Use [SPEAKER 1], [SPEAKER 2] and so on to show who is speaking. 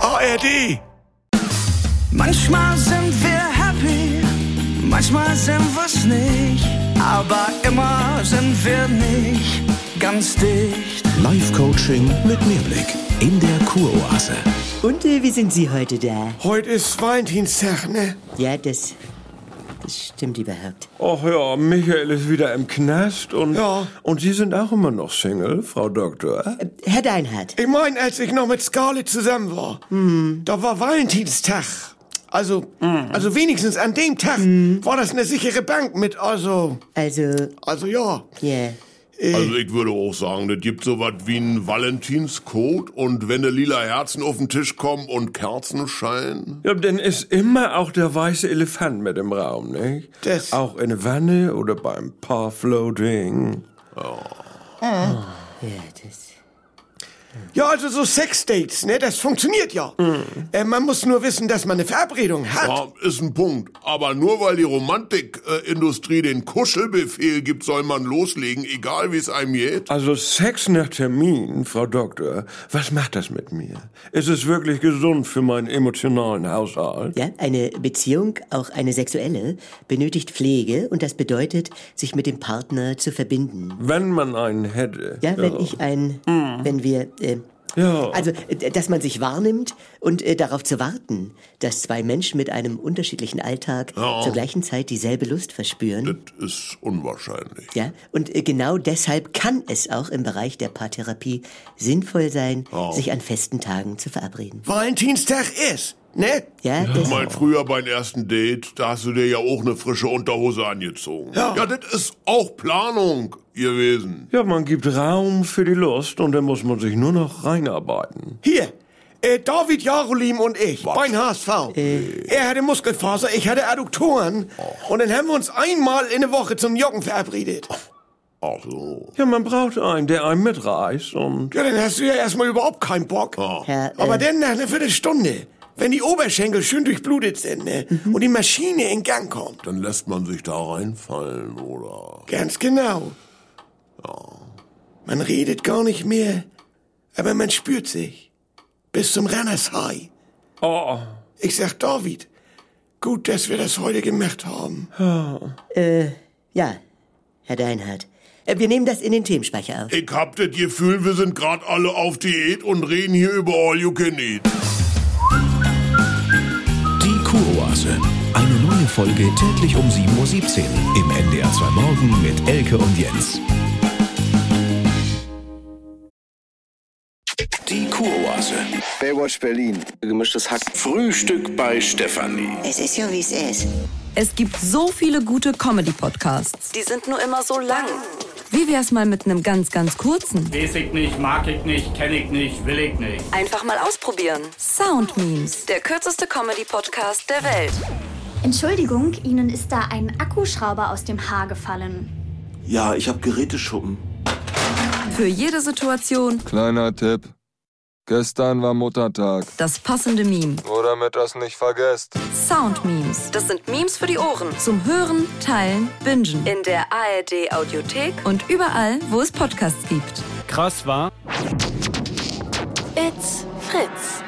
[SPEAKER 1] ARD.
[SPEAKER 2] Manchmal sind wir happy, manchmal sind wir's nicht, aber immer sind wir nicht ganz dicht.
[SPEAKER 3] Live-Coaching mit Mehrblick in der Kuroase.
[SPEAKER 4] Und äh, wie sind Sie heute da?
[SPEAKER 1] Heute ist Valentinstag, ne?
[SPEAKER 4] Ja, das, das stimmt überhaupt.
[SPEAKER 5] Ach ja, Michael ist wieder im Knast und,
[SPEAKER 1] Ja.
[SPEAKER 5] und Sie sind auch immer noch Single, Frau Doktor.
[SPEAKER 4] Äh, Herr Deinhardt,
[SPEAKER 1] Ich mein, als ich noch mit Scarlett zusammen war,
[SPEAKER 5] Mhm.
[SPEAKER 1] da war Valentinstag. Also, also wenigstens an dem Tag
[SPEAKER 5] Mhm.
[SPEAKER 1] war das eine sichere Bank mit, also,
[SPEAKER 4] also,
[SPEAKER 1] also ja.
[SPEAKER 4] ja,
[SPEAKER 6] Also ich würde auch sagen, das gibt so was wie einen Valentinscode und wenn der lila Herzen auf den Tisch kommen und Kerzen scheinen.
[SPEAKER 5] Ja, denn ist immer auch der weiße Elefant mit im Raum, nicht?
[SPEAKER 1] Das-
[SPEAKER 5] Auch in der Wanne oder beim Parfloating.
[SPEAKER 4] ja, das.
[SPEAKER 1] Ja, also so Sexdates, ne, das funktioniert ja.
[SPEAKER 5] Mhm.
[SPEAKER 1] Äh, man muss nur wissen, dass man eine Verabredung hat.
[SPEAKER 6] Ja, ah, ist ein Punkt. Aber nur weil die Romantikindustrie den Kuschelbefehl gibt, soll man loslegen, egal wie es einem geht.
[SPEAKER 5] Also Sex nach Termin, Frau Doktor, was macht das mit mir? Ist es wirklich gesund für meinen emotionalen Haushalt?
[SPEAKER 4] Ja, eine Beziehung, auch eine sexuelle, benötigt Pflege und das bedeutet, sich mit dem Partner zu verbinden.
[SPEAKER 5] Wenn man einen hätte.
[SPEAKER 4] Ja, wenn ich ein, wenn wir, äh,
[SPEAKER 5] Ja.
[SPEAKER 4] also, äh, dass man sich wahrnimmt und äh, darauf zu warten, dass zwei Menschen mit einem unterschiedlichen Alltag zur gleichen Zeit dieselbe Lust verspüren.
[SPEAKER 6] Das ist unwahrscheinlich.
[SPEAKER 4] Ja, und äh, genau deshalb kann es auch im Bereich der Paartherapie sinnvoll sein, sich an festen Tagen zu verabreden.
[SPEAKER 5] Oh.
[SPEAKER 1] Valentinstag ist, ne?
[SPEAKER 4] Ja, das,
[SPEAKER 6] Mein früher beim ersten Date, da hast du dir ja auch eine frische Unterhose angezogen. Ja, das ist auch Planung gewesen.
[SPEAKER 5] Ja, man gibt Raum für die Lust und dann muss man sich nur noch reinarbeiten.
[SPEAKER 1] Hier, äh, David Jarolim und ich, beim HSV. Er hatte Muskelfaser, ich hatte Adduktoren. Und dann haben wir uns einmal in der Woche zum Joggen verabredet.
[SPEAKER 6] Ach so.
[SPEAKER 5] Ja, man braucht einen, der einen mitreißt und...
[SPEAKER 1] Ja, dann hast du ja erstmal überhaupt keinen Bock.
[SPEAKER 4] Herr, äh,
[SPEAKER 1] Aber dann nach einer Viertelstunde, wenn die Oberschenkel schön durchblutet sind ne?
[SPEAKER 5] Mhm.
[SPEAKER 1] und die Maschine in Gang kommt.
[SPEAKER 6] Dann lässt man sich da reinfallen, oder?
[SPEAKER 1] Ganz genau. Man redet gar nicht mehr, aber man spürt sich. Bis zum Rannershai.
[SPEAKER 5] Oh,
[SPEAKER 1] Ich sag David, gut, dass wir das heute gemacht haben.
[SPEAKER 4] ja, Herr Deinhardt. Äh, Wir nehmen das in den Themenspeicher auf.
[SPEAKER 6] Ich hab das Gefühl, wir sind gerade alle auf Diät und reden hier über All You Can Eat.
[SPEAKER 3] Die Kuroase. Eine neue Folge täglich um 7.17 Uhr im NDR 2 Morgen mit Elke und Jens. Die Kuroase.
[SPEAKER 7] Baywatch Berlin. Gemischtes Hack.
[SPEAKER 8] Frühstück bei Stefanie.
[SPEAKER 9] Es ist ja, wie es ist.
[SPEAKER 10] Es gibt so viele gute Comedy-Podcasts.
[SPEAKER 9] Die sind nur immer so lang.
[SPEAKER 10] Wie wär's mal mit einem ganz, ganz kurzen?
[SPEAKER 8] Weiß ich nicht, mag ich nicht, kenne ich nicht, will ich nicht.
[SPEAKER 9] Einfach mal ausprobieren.
[SPEAKER 10] Sound Memes.
[SPEAKER 9] Der kürzeste Comedy-Podcast der Welt.
[SPEAKER 11] Entschuldigung, Ihnen ist da ein Akkuschrauber aus dem Haar gefallen.
[SPEAKER 7] Ja, ich hab Geräteschuppen.
[SPEAKER 10] Für jede Situation
[SPEAKER 7] Kleiner Tipp. Gestern war Muttertag.
[SPEAKER 10] das passende Meme.
[SPEAKER 7] Nur damit das nicht vergesst.
[SPEAKER 10] Sound Memes.
[SPEAKER 9] Das sind Memes für die Ohren.
[SPEAKER 10] Zum Hören, Teilen, Bingen.
[SPEAKER 9] In der ARD-Audiothek.
[SPEAKER 10] Und überall, wo es Podcasts gibt.
[SPEAKER 8] Krass war.
[SPEAKER 9] It's Fritz.